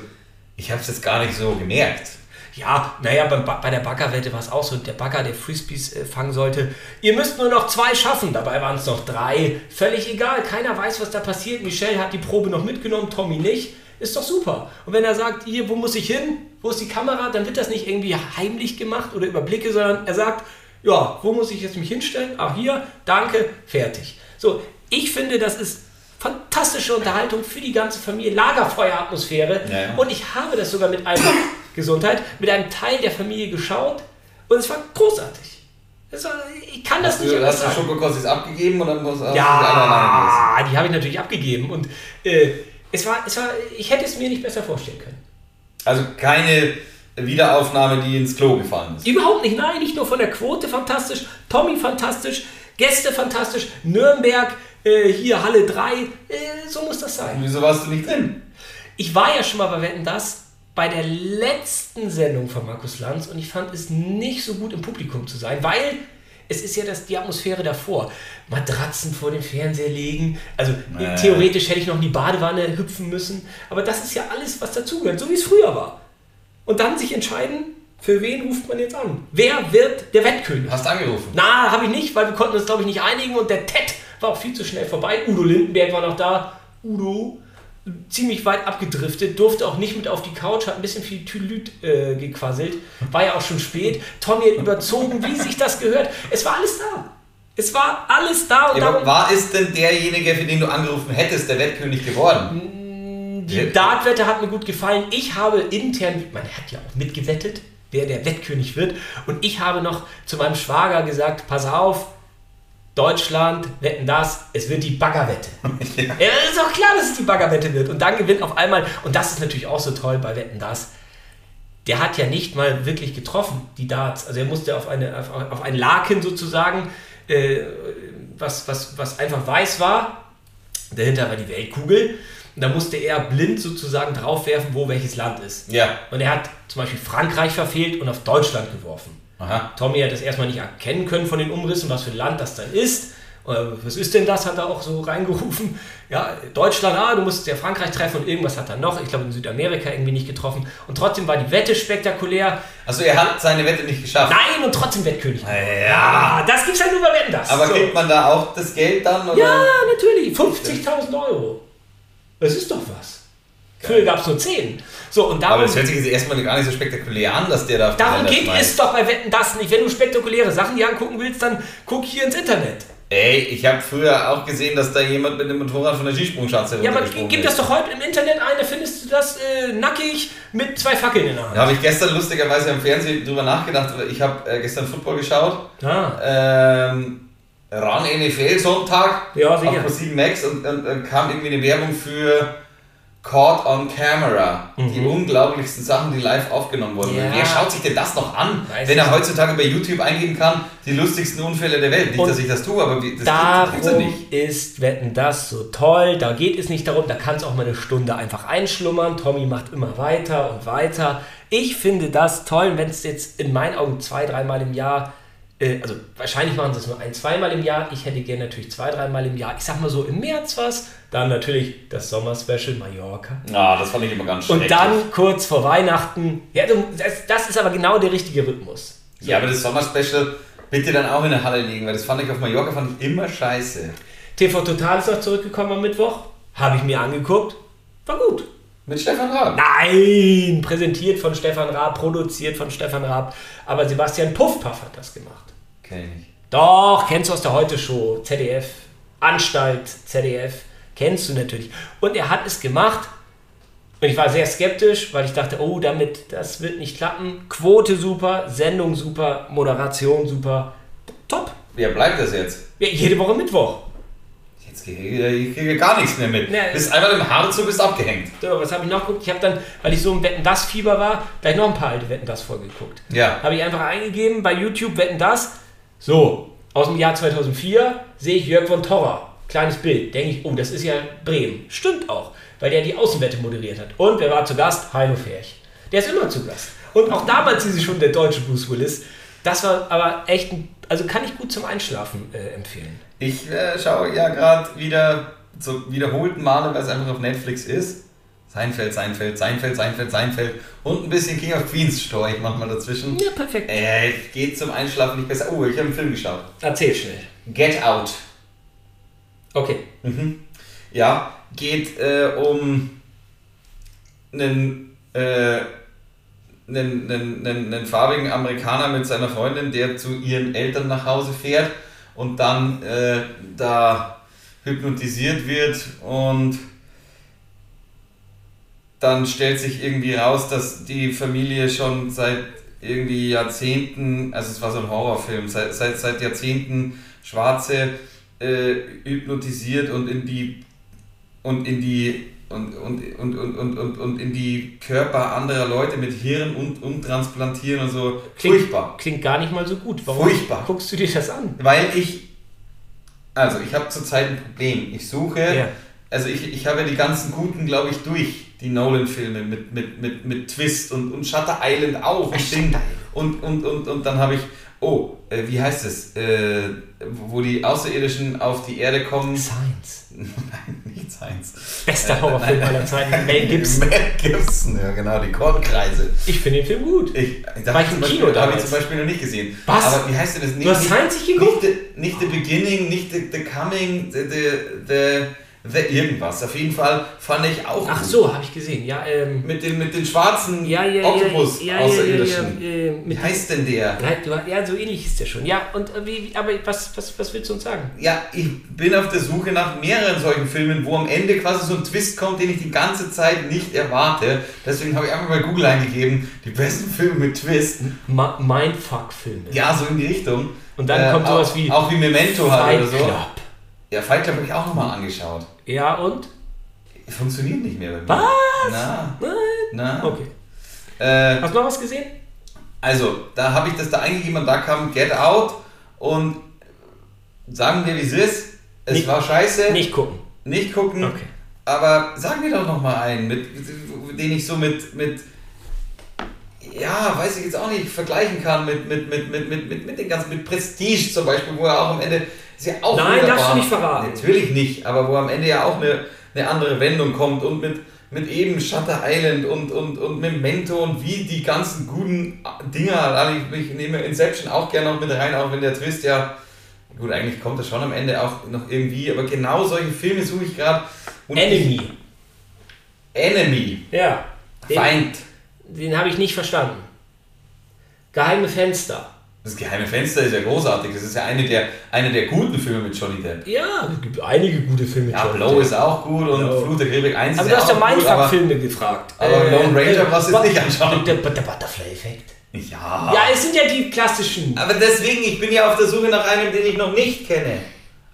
B: ich habe es jetzt gar nicht so gemerkt.
C: Ja, naja, bei, bei der Baggerwette war es auch so. Der Bagger, der Frisbees äh, fangen sollte, ihr müsst nur noch zwei schaffen. Dabei waren es noch drei. Völlig egal, keiner weiß, was da passiert. Michelle hat die Probe noch mitgenommen, Tommy nicht. Ist doch super. Und wenn er sagt, hier, wo muss ich hin? Wo ist die Kamera? Dann wird das nicht irgendwie heimlich gemacht oder über Blicke, sondern er sagt, ja, wo muss ich jetzt mich hinstellen? Ach, hier, danke, fertig. So, ich finde, das ist fantastische Unterhaltung für die ganze Familie, Lagerfeueratmosphäre.
B: Ja, ja.
C: Und ich habe das sogar mit einem Gesundheit, mit einem Teil der Familie geschaut und es war großartig. Es war, ich kann das
B: Hast
C: nicht
B: du,
C: anders
B: hast du
C: sagen.
B: Schokokostis abgegeben und dann hast du die anderen alleine
C: Ja, die habe ich natürlich abgegeben und äh, es war, es war, ich hätte es mir nicht besser vorstellen können.
B: gegessen? Also keine Wiederaufnahme, die ins Klo gefallen ist.
C: Überhaupt nicht, nein, nicht nur von der Quote fantastisch, Tommy fantastisch, Gäste fantastisch, Nürnberg, äh, hier Halle 3, äh, so muss das sein.
B: Wieso warst du nicht drin?
C: Ich war ja schon mal bei Wetten das bei der letzten Sendung von Markus Lanz und ich fand es nicht so gut im Publikum zu sein, weil es ist ja das, die Atmosphäre davor. Matratzen vor dem Fernseher legen. Also
B: Nee.
C: theoretisch hätte ich noch in die Badewanne hüpfen müssen. Aber das ist ja alles, was dazugehört, so wie es früher war. Und dann sich entscheiden, für wen ruft man jetzt an? Wer wird der Wettkönig?
B: Hast angerufen.
C: Na, habe ich nicht, weil wir konnten uns, glaube ich, nicht einigen und der Ted war auch viel zu schnell vorbei. Udo Lindenberg war noch da. Udo, ziemlich weit abgedriftet, durfte auch nicht mit auf die Couch, hat ein bisschen viel Tülüt äh, gequasselt. War ja auch schon spät. Tommy hat überzogen, wie sich das gehört. Es war alles da. Es war alles da und
B: Ja,
C: darum
B: aber war es denn derjenige, für den du angerufen hättest, der Wettkönig geworden?
C: Hm, Die Dartwette hat mir gut gefallen. Ich habe intern, man hat ja auch mitgewettet, wer der Wettkönig wird. Und ich habe noch zu meinem Schwager gesagt, pass auf, Deutschland, wetten das, es wird die Baggerwette. ja. ist doch klar, dass es die Baggerwette wird. Und dann gewinnt auf einmal, und das ist natürlich auch so toll bei wetten das, der hat ja nicht mal wirklich getroffen, die Darts. Also er musste auf, eine, auf, auf ein Laken sozusagen, äh, was, was, was einfach weiß war, Dahinter war die Weltkugel. Und da musste er blind sozusagen draufwerfen, wo welches Land
B: [laughs]
C: ist.
B: Ja.
C: Und er hat zum Beispiel Frankreich verfehlt und auf Deutschland geworfen.
B: Aha.
C: Tommy hat das erstmal nicht erkennen können von den Umrissen, was für ein Land das dann ist. Äh, Was ist denn das? Hat er auch so reingerufen. Ja, Deutschland, ah, du musst ja Frankreich treffen und irgendwas hat er noch. Ich glaube, in Südamerika irgendwie nicht getroffen. Und trotzdem war die Wette spektakulär.
B: Also er hat seine Wette nicht geschafft.
C: Nein, und trotzdem Wettkönig.
B: Ja.
C: Ah, das gibt's halt nur bei Wetten das.
B: Aber
C: So.
B: kriegt man da auch das Geld dann? Oder?
C: Ja, natürlich. 50.000 Euro. Das ist doch was. Früher gab es nur 10. So, und
B: Aber
C: darum,
B: das hört sich jetzt erstmal gar nicht so spektakulär an, dass der da... auf die
C: darum
B: Sender
C: geht
B: schmeißt.
C: es doch bei Wetten das nicht. Wenn du spektakuläre Sachen dir angucken willst, dann guck hier ins Internet.
B: Ey, ich habe früher auch gesehen, dass da jemand mit dem Motorrad von der Skisprungschanze
C: Ja, aber
B: runtergesprungen
C: gib
B: ist.
C: das doch heute im Internet ein, da findest du das äh, nackig mit zwei Fackeln in der Hand.
B: Da habe ich gestern lustigerweise im Fernsehen drüber nachgedacht. weil Ich habe äh, gestern Football geschaut.
C: Ah.
B: Ähm, Ran NFL Sonntag
C: Ja,
B: auf
C: sicher.
B: Pro7 Max und und- und kam irgendwie eine Werbung für Caught on Camera. Die unglaublichsten Sachen, die live aufgenommen wurden.
C: Mhm. Ja.
B: Wer schaut sich denn das noch an,
C: Weiß
B: wenn
C: ich
B: er heutzutage bei YouTube eingeben kann, die lustigsten Unfälle der Welt? Nicht,
C: Und
B: dass ich das tue, aber wie- das gibt's ja
C: Darum
B: nicht.
C: ist Wetten das so toll. Da geht es nicht darum, da kann es auch mal eine Stunde einfach einschlummern. Tommy macht immer weiter und weiter. Ich finde das toll, wenn es jetzt in meinen Augen zwei, dreimal im Jahr, äh, also wahrscheinlich machen sie es nur ein, zweimal im Jahr. Ich hätte gerne natürlich zwei, dreimal im Jahr. Ich sag mal so im März was. Dann natürlich das Sommerspecial Mallorca.
B: Ah, das fand ich immer ganz schrecklich.
C: Und dann kurz vor Weihnachten. Ja, du- das, das ist aber genau der richtige Rhythmus.
B: Ja, aber das Sommerspecial bitte dann auch in der Halle legen, weil das fand ich auf Mallorca fand ich immer scheiße.
C: TV Total ist noch zurückgekommen am Mittwoch. Habe ich mir angeguckt. War gut.
B: Mit Stefan Raab.
C: Nein, präsentiert von Stefan Raab, produziert von Stefan Raab. Aber Sebastian Puffpaff hat das gemacht.
B: Kenn ich nicht.
C: Doch, kennst du aus der Heute-Show, ZDF, Anstalt, ZDF, kennst du natürlich. Und er hat es gemacht. Und ich war sehr skeptisch, weil ich dachte, oh, damit, das wird nicht klappen. Quote super, Sendung super, Moderation super. Top.
B: Ja, bleibt das jetzt?
C: Ja, jede Woche Mittwoch.
B: Jetzt kriege ich, ich kriege gar nichts mehr mit.
C: Nee.
B: Bist einfach im Harz, du bist abgehängt.
C: So, was habe ich noch geguckt? Ich habe dann, weil ich so im Wetten das Fieber war, gleich noch ein paar alte Wetten das Folgen geguckt.
B: Ja.
C: Habe ich einfach eingegeben bei YouTube Wetten das. So, aus dem Jahr 2004 sehe ich Jörg von Torra. Kleines Bild. Denke ich, oh, das ist ja Bremen. Stimmt auch, weil der die Außenwette moderiert hat. Und wer war zu Gast? Heino Ferch. Der ist immer zu Gast. Und auch damals hieß sie schon der deutsche Bruce Willis. Das war aber echt, ein- also kann ich gut zum Einschlafen äh, empfehlen.
B: Ich äh, schaue ja gerade wieder zu wiederholten Male, weil es einfach auf Netflix ist. Seinfeld, Seinfeld, Seinfeld, Seinfeld, Seinfeld und ein bisschen King of Queens streue ich manchmal dazwischen.
C: Ja, perfekt.
B: Äh, geht zum Einschlafen nicht besser. Oh, ich habe einen Film geschaut.
C: Erzähl schnell.
B: Get Out.
C: Okay.
B: Ja, geht äh, um einen, äh, einen, einen, einen, einen farbigen Amerikaner mit seiner Freundin, der zu ihren Eltern nach Hause fährt und dann äh, da hypnotisiert wird und dann stellt sich irgendwie raus, dass die Familie schon seit irgendwie Jahrzehnten, also es war so ein Horrorfilm, seit, seit, seit Jahrzehnten Schwarze äh, hypnotisiert und in die und in die und, und, und, und, und, und, und in die Körper anderer Leute mit Hirn und umtransplantieren und so. Furchtbar.
C: Klingt gar nicht mal so gut. Warum
B: Furchtbar.
C: guckst du dir das an?
B: Weil ich, also ich habe zurzeit ein Problem. Ich suche,
C: Ja.
B: also ich, ich habe die ganzen guten, glaube ich, durch, die Nolan-Filme mit, mit, mit, mit Twist und, und Shutter Island auch. Und, Ding. und, und, und, und dann habe ich, oh, äh, wie heißt es, äh, wo die Außerirdischen auf die Erde kommen.
C: Science.
B: [laughs] Nein, nicht Science.
C: Bester Horrorfilm aller Zeiten.
B: [laughs]
C: Mel Gibson.
B: Mel Gibson, ja genau, die Kornkreise.
C: Ich finde den Film gut.
B: Ich, da
C: War
B: habe
C: ich
B: ich,
C: im
B: zum
C: Kino
B: Beispiel- da hab ich
C: damals?
B: zum Beispiel noch nicht gesehen.
C: Was?
B: Aber wie heißt denn das?
C: hast Science nicht geguckt?
B: Nicht, the, nicht The Beginning, nicht The, the Coming, the, the, the, the irgendwas. Auf jeden Fall fand ich auch
C: Ach
B: gut.
C: so, habe ich gesehen. Ja, ähm.
B: Mit den, mit den schwarzen
C: Ja, ja,
B: Octopus
C: ja, ja, ja, ja, ja,
B: Außerirdischen.
C: äh, mit
B: Wie heißt denn der?
C: Ja, du- Ja, so ähnlich ist der schon. Ja, und äh, wie, wie- aber was, was, was willst du uns sagen?
B: Ja, ich bin auf der Suche nach mehreren solchen Filmen, wo am Ende quasi so ein Twist kommt, den ich die ganze Zeit nicht erwarte. Deswegen habe ich einfach bei Google eingegeben, die besten Filme mit Twist.
C: Ma Mindfuck-Filme.
B: Ja, so in die Richtung. Äh,
C: Und dann kommt
B: auch,
C: sowas wie
B: Auch wie Memento halt
C: Fight
B: oder so.
C: Club.
B: Ja, Fight Club habe ich auch nochmal angeschaut.
C: Ja, und?
B: Funktioniert nicht mehr bei mir.
C: Was?
B: Na, na.
C: Okay.
B: Äh,
C: Hast du noch was gesehen?
B: also, da habe ich das da eingegeben und da kam Get Out und sagen wir, wie es ist. Es
C: Nicht-
B: war scheiße.
C: Nicht gucken.
B: Nicht gucken.
C: Okay.
B: Aber sag mir doch nochmal einen, mit, mit- den ich so mit, mit, ja, weiß ich jetzt auch nicht, vergleichen kann mit, mit, mit, mit, mit, mit, mit den ganzen, mit Prestige zum Beispiel, wo er auch am Ende, ist ja auch
C: Nein,
B: wunderbar.
C: darfst du nicht verraten.
B: Natürlich nicht, aber wo am Ende ja auch eine, eine andere Wendung kommt und mit, mit eben Shutter Island und, und, und Memento und wie die ganzen guten Dinger, alle, ich, ich nehme Inception auch gerne noch mit rein, auch wenn der Twist ja, gut, eigentlich kommt das schon am Ende auch noch irgendwie, aber genau solche Filme suche ich gerade. Und
C: Enemy.
B: Enemy.
C: Ja. Den,
B: Feind.
C: den habe ich nicht verstanden. Geheime Fenster.
B: Das geheime Fenster ist ja großartig. Das ist ja eine der, eine der guten Filme mit Johnny Depp.
C: Ja, es gibt einige gute Filme.
B: Ja,
C: John.
B: Blow ist auch gut und
C: Blow.
B: Flut der Karibik 1
C: Aber
B: ist
C: du hast
B: ja auch
C: ja
B: gut, aber,
C: Mindfuck-Filme gefragt.
B: aber Lone Ranger brauchst du jetzt
C: wa-
B: nicht anschauen. Ah.
C: Der, der Butterfly-Effekt.
B: Ja.
C: Ja, es sind ja die klassischen.
B: Aber deswegen, ich bin ja auf der Suche nach einem, den ich noch nicht kenne.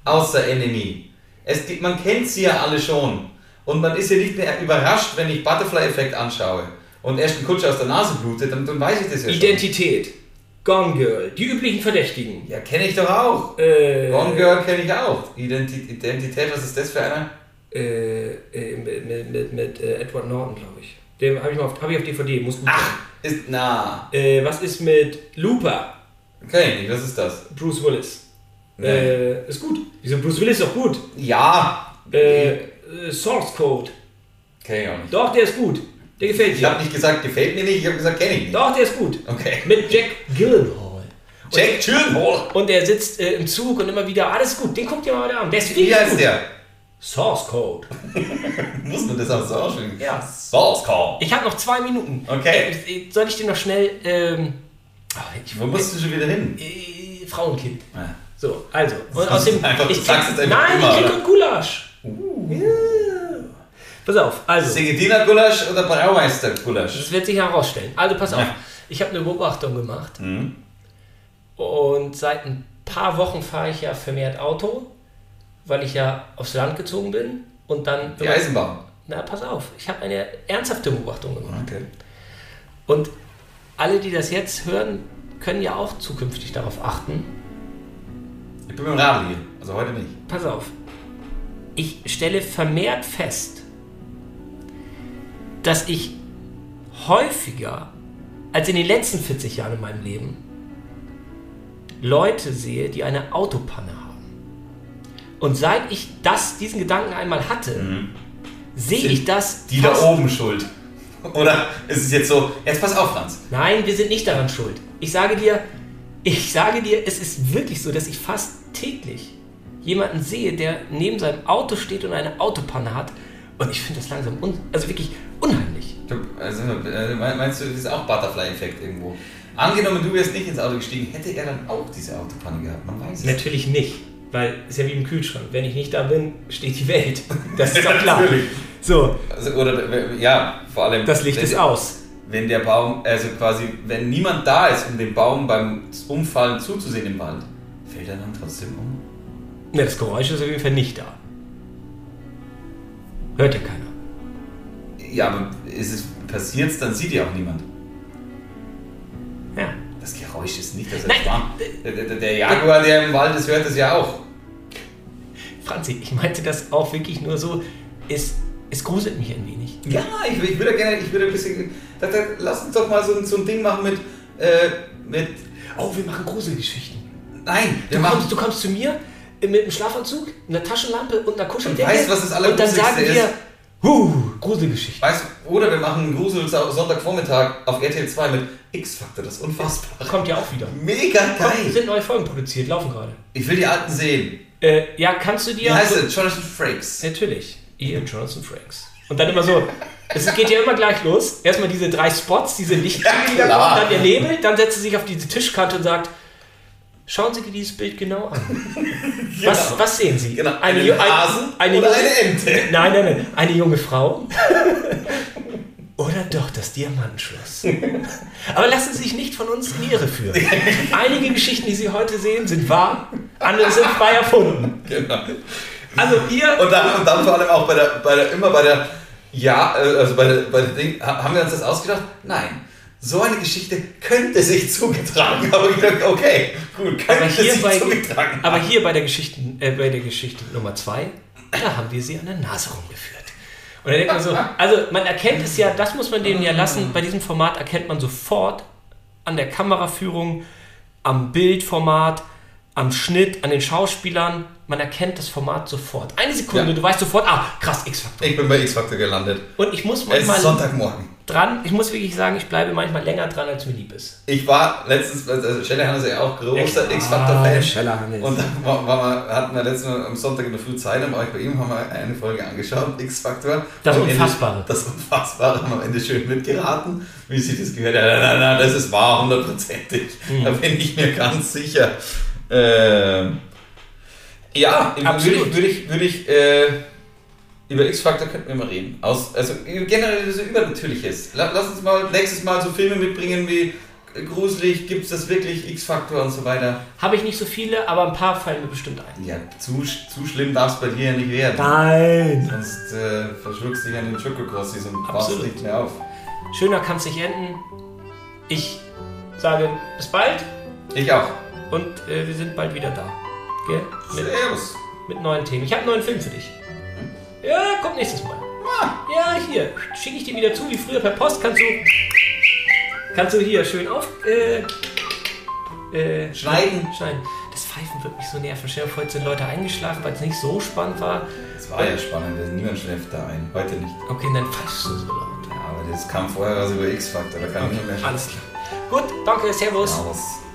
B: Außer Enemy. Es, gibt- man kennt sie ja alle schon. Und man ist ja nicht mehr überrascht, wenn ich Butterfly-Effekt anschaue und Ashton Kutscher aus der Nase blutet, dann, dann weiß ich das ja schon.
C: Identität. Gone Girl. Die üblichen Verdächtigen.
B: Ja, kenne ich doch auch.
C: Äh,
B: Gone Girl kenne ich auch. Identität, Identität, was ist das für einer?
C: äh, äh, mit, mit, mit, mit äh, Edward Norton, glaube ich. Den habe ich, mal auf- hab ich auf DVD. Muss gut
B: Ach, ist, na,
C: sein. Äh, was ist mit Looper?
B: kenn ich nicht, was ist das?
C: Bruce Willis.
B: Nee.
C: Äh, ist gut. Wieso? Bruce Willis ist doch gut.
B: Ja,
C: Äh, äh, Source Code.
B: kenn ich auch nicht.
C: Doch, der ist gut. Der gefällt
B: Ich
C: dir.
B: habe nicht gesagt, gefällt mir nicht, ich habe gesagt, kenne ich nicht.
C: Doch, der ist gut.
B: Okay.
C: Mit Jack Gyllenhaal.
B: Jack Gyllenhaal.
C: Und er sitzt äh, im Zug und immer wieder, alles gut, den guckt ihr mal wieder an. Der ist
B: Wie
C: wirklich
B: heißt
C: gut.
B: der?
C: Source Code.
B: Muss man das auch so aussprechen?
C: Ja.
B: Source Call.
C: Ich habe noch zwei Minuten.
B: Okay.
C: Äh, Soll ich den noch schnell. Ähm, ah, ich,
B: Wo musst du schon wieder hin?
C: äh, Frauenkind.
B: Ja.
C: So, also. Und
B: ist
C: außerdem.
B: einfach- du
C: ich
B: sagst es einfach
C: nein,
B: immer,
C: ich krieg
B: oder? Uh.
C: einen Gulasch. Ja. Pass auf, also.
B: Segediner Gulasch oder Braumeister Gulasch?
C: Das wird sich herausstellen. Also pass auf, ich habe eine Beobachtung gemacht und seit ein paar Wochen fahre ich ja vermehrt Auto, weil ich ja aufs Land gezogen bin und dann...
B: Die Eisenbahn.
C: Na, pass auf, ich habe eine ernsthafte Beobachtung gemacht.
B: Okay.
C: Und alle, die das jetzt hören, können ja auch zukünftig darauf achten.
B: Ich bin mit dem Radl hier, also heute nicht.
C: pass auf. Ich stelle vermehrt fest, dass ich häufiger als in den letzten 40 Jahren in meinem Leben Leute sehe, die eine Autopanne haben. Und seit ich das, diesen Gedanken einmal hatte, sehe
B: Mhm. Sind
C: ich das.
B: Die
C: fast-
B: da oben schuld. Oder ist es jetzt so, jetzt pass auf, Franz.
C: Nein, wir sind nicht daran schuld. Ich sage dir, ich sage dir, es ist wirklich so, dass ich fast täglich jemanden sehe, der neben seinem Auto steht und eine Autopanne hat. Und ich finde das langsam, un also wirklich unheimlich.
B: Du, also, äh, mein- meinst du, das ist auch Butterfly-Effekt irgendwo? Angenommen, du wärst nicht ins Auto gestiegen, hätte er dann auch diese Autopanne gehabt. Man weiß es.
C: Natürlich nicht, weil es ist ja wie im Kühlschrank. Wenn ich nicht da bin, steht die Welt. [laughs] Das ist doch klar.
B: Natürlich.
C: so,
B: Also, oder, ja, vor allem.
C: das Licht
B: wenn-
C: ist aus.
B: Wenn der Baum, also quasi, wenn niemand da ist, um dem Baum beim Umfallen zuzusehen im Wald, fällt er dann trotzdem um.
C: Ne, das Geräusch ist auf jeden Fall nicht da. Hört ja keiner.
B: Ja, aber ist es passiert, dann sieht ja auch niemand.
C: Ja.
B: Das Geräusch ist nicht das
C: Nein.
B: Erschwarm. Der, der, der Jaguar, der im Wald ist, hört es ja auch.
C: Franzi, ich meinte das auch wirklich nur so. Es, es gruselt mich ein wenig.
B: Ja, ich, ich würde gerne, ich würde ein bisschen. Da, da, lass uns doch mal so, ein- so ein Ding machen mit. Äh, mit
C: Oh, wir machen Gruselgeschichten.
B: nein, wir
C: Du kommst,
B: machen.
C: du kommst zu mir mit einem Schlafanzug, einer Taschenlampe und einer Kuscheldecke.
B: Und weißt, was das
C: Und dann
B: Allergruseligste
C: sagen wir,
B: ist?
C: huh, Gruselgeschichten.
B: Weißt, du, oder wir machen einen Grusel Sonntagvormittag auf RTL 2 mit X-Faktor, das ist unfassbar.
C: Kommt ja auch wieder.
B: Mega
C: Es
B: geil!
C: sind neue Folgen produziert, laufen gerade.
B: Ich will die alten sehen.
C: Äh, ja, kannst du dir...
B: Wie heißt er? Jonathan Frakes.
C: Natürlich. Ian Jonathan Franks. Und dann immer so. Es geht ja immer gleich los. Erstmal diese drei Spots, diese Lichtzüge, die da
B: klar.
C: kommen, dann der Nebel, dann setzt sie sich auf diese Tischkante und sagt, schauen Sie dieses Bild genau an.
B: [laughs]
C: Was, was sehen Sie?
B: Genau.
C: Eine,
B: Einen
C: Ju- ein-
B: Hasen
C: eine,
B: oder
C: junge,
B: eine Ente. [laughs]
C: Nein, nein, nein. Eine junge Frau. Oder doch das Diamantenschloss. Aber lassen Sie sich nicht von uns in die Irre führen. Einige Geschichten, die Sie heute sehen, sind wahr, andere sind frei erfunden.
B: Genau.
C: Also ihr...
B: Und dann, und dann vor allem auch bei der, bei der immer bei der, ja, äh, also bei der, bei der Ding, ha- haben wir uns das ausgedacht? Nein. So eine Geschichte könnte sich zugetragen. Aber ich dachte, okay, gut, könnte
C: Aber hier,
B: sich
C: bei,
B: zugetragen.
C: aber hier bei der Geschichte, äh, bei der Geschichte Nummer zwei, da haben wir sie an der Nase rumgeführt. Und da denkt man so, also man erkennt es ja, das muss man denen ja lassen, bei diesem Format erkennt man sofort an der Kameraführung, am Bildformat, am Schnitt, an den Schauspielern, man erkennt das Format sofort. Eine Sekunde,
B: Ja.
C: du weißt sofort, ah, krass, X-Faktor.
B: ich bin bei X-Factor gelandet.
C: Und ich muss
B: Es ist
C: manchmal
B: Sonntagmorgen.
C: dran, ich muss wirklich sagen, ich bleibe manchmal länger dran, als mir lieb ist.
B: Ich war letztens, also Scheller Hannes ist ja auch großer
C: Ja,
B: X-Factor-Fan.
C: Ah, Scheller Hannes.
B: Und dann war, war, wir- hatten wir letztens am Sonntag in der Früh Zeit, dann war ich bei ihm, haben wir eine Folge angeschaut, X-Factor.
C: Das
B: Am Ende-
C: Unfassbare.
B: Das Unfassbare haben am Ende schön mitgeraten, wie sie das gehört haben. Nein, nein, nein, das ist wahr, hundertprozentig.
C: Mhm.
B: Da bin ich mir ganz sicher. Ähm, ja,
C: Absolut.
B: würde ich, würde ich, würde ich äh, über X-Factor könnten wir mal reden. Aus, also generell so Übernatürliches. La- Lass uns mal nächstes Mal so Filme mitbringen wie äh, gruselig, gibt's das wirklich, X-Factor und so weiter.
C: Habe ich nicht so viele, aber ein paar fallen mir bestimmt ein.
B: Ja, zu, sch- zu schlimm darf es bei dir ja nicht werden.
C: Nein!
B: Sonst äh, verschluckst dich an den Schokokrossis und
C: Absolut.
B: passt nicht mehr auf.
C: Schöner kann es nicht enden. Ich sage bis bald
B: Ich auch.
C: und äh, wir sind bald wieder da. Gell? Mit,
B: Servus.
C: mit neuen Themen. Ich habe einen neuen Film für dich. Ja, kommt nächstes Mal. Ja, hier. Schicke ich dir wieder zu, wie früher per Post. Kannst du. Kannst du hier schön auf. Äh, äh,
B: Schneiden.
C: schneiden. Das Pfeifen wird mich so nerven. Stell dir vor, jetzt sind Leute eingeschlafen, weil es nicht so spannend war.
B: Das war ja spannend, denn niemand schläft da ein. Heute nicht.
C: Okay, dann pfeifst du so laut.
B: Ja, aber das kam vorher was über X-Factor, da kann ich nicht mehr
C: Alles klar. Gut, danke, Servus.
B: raus.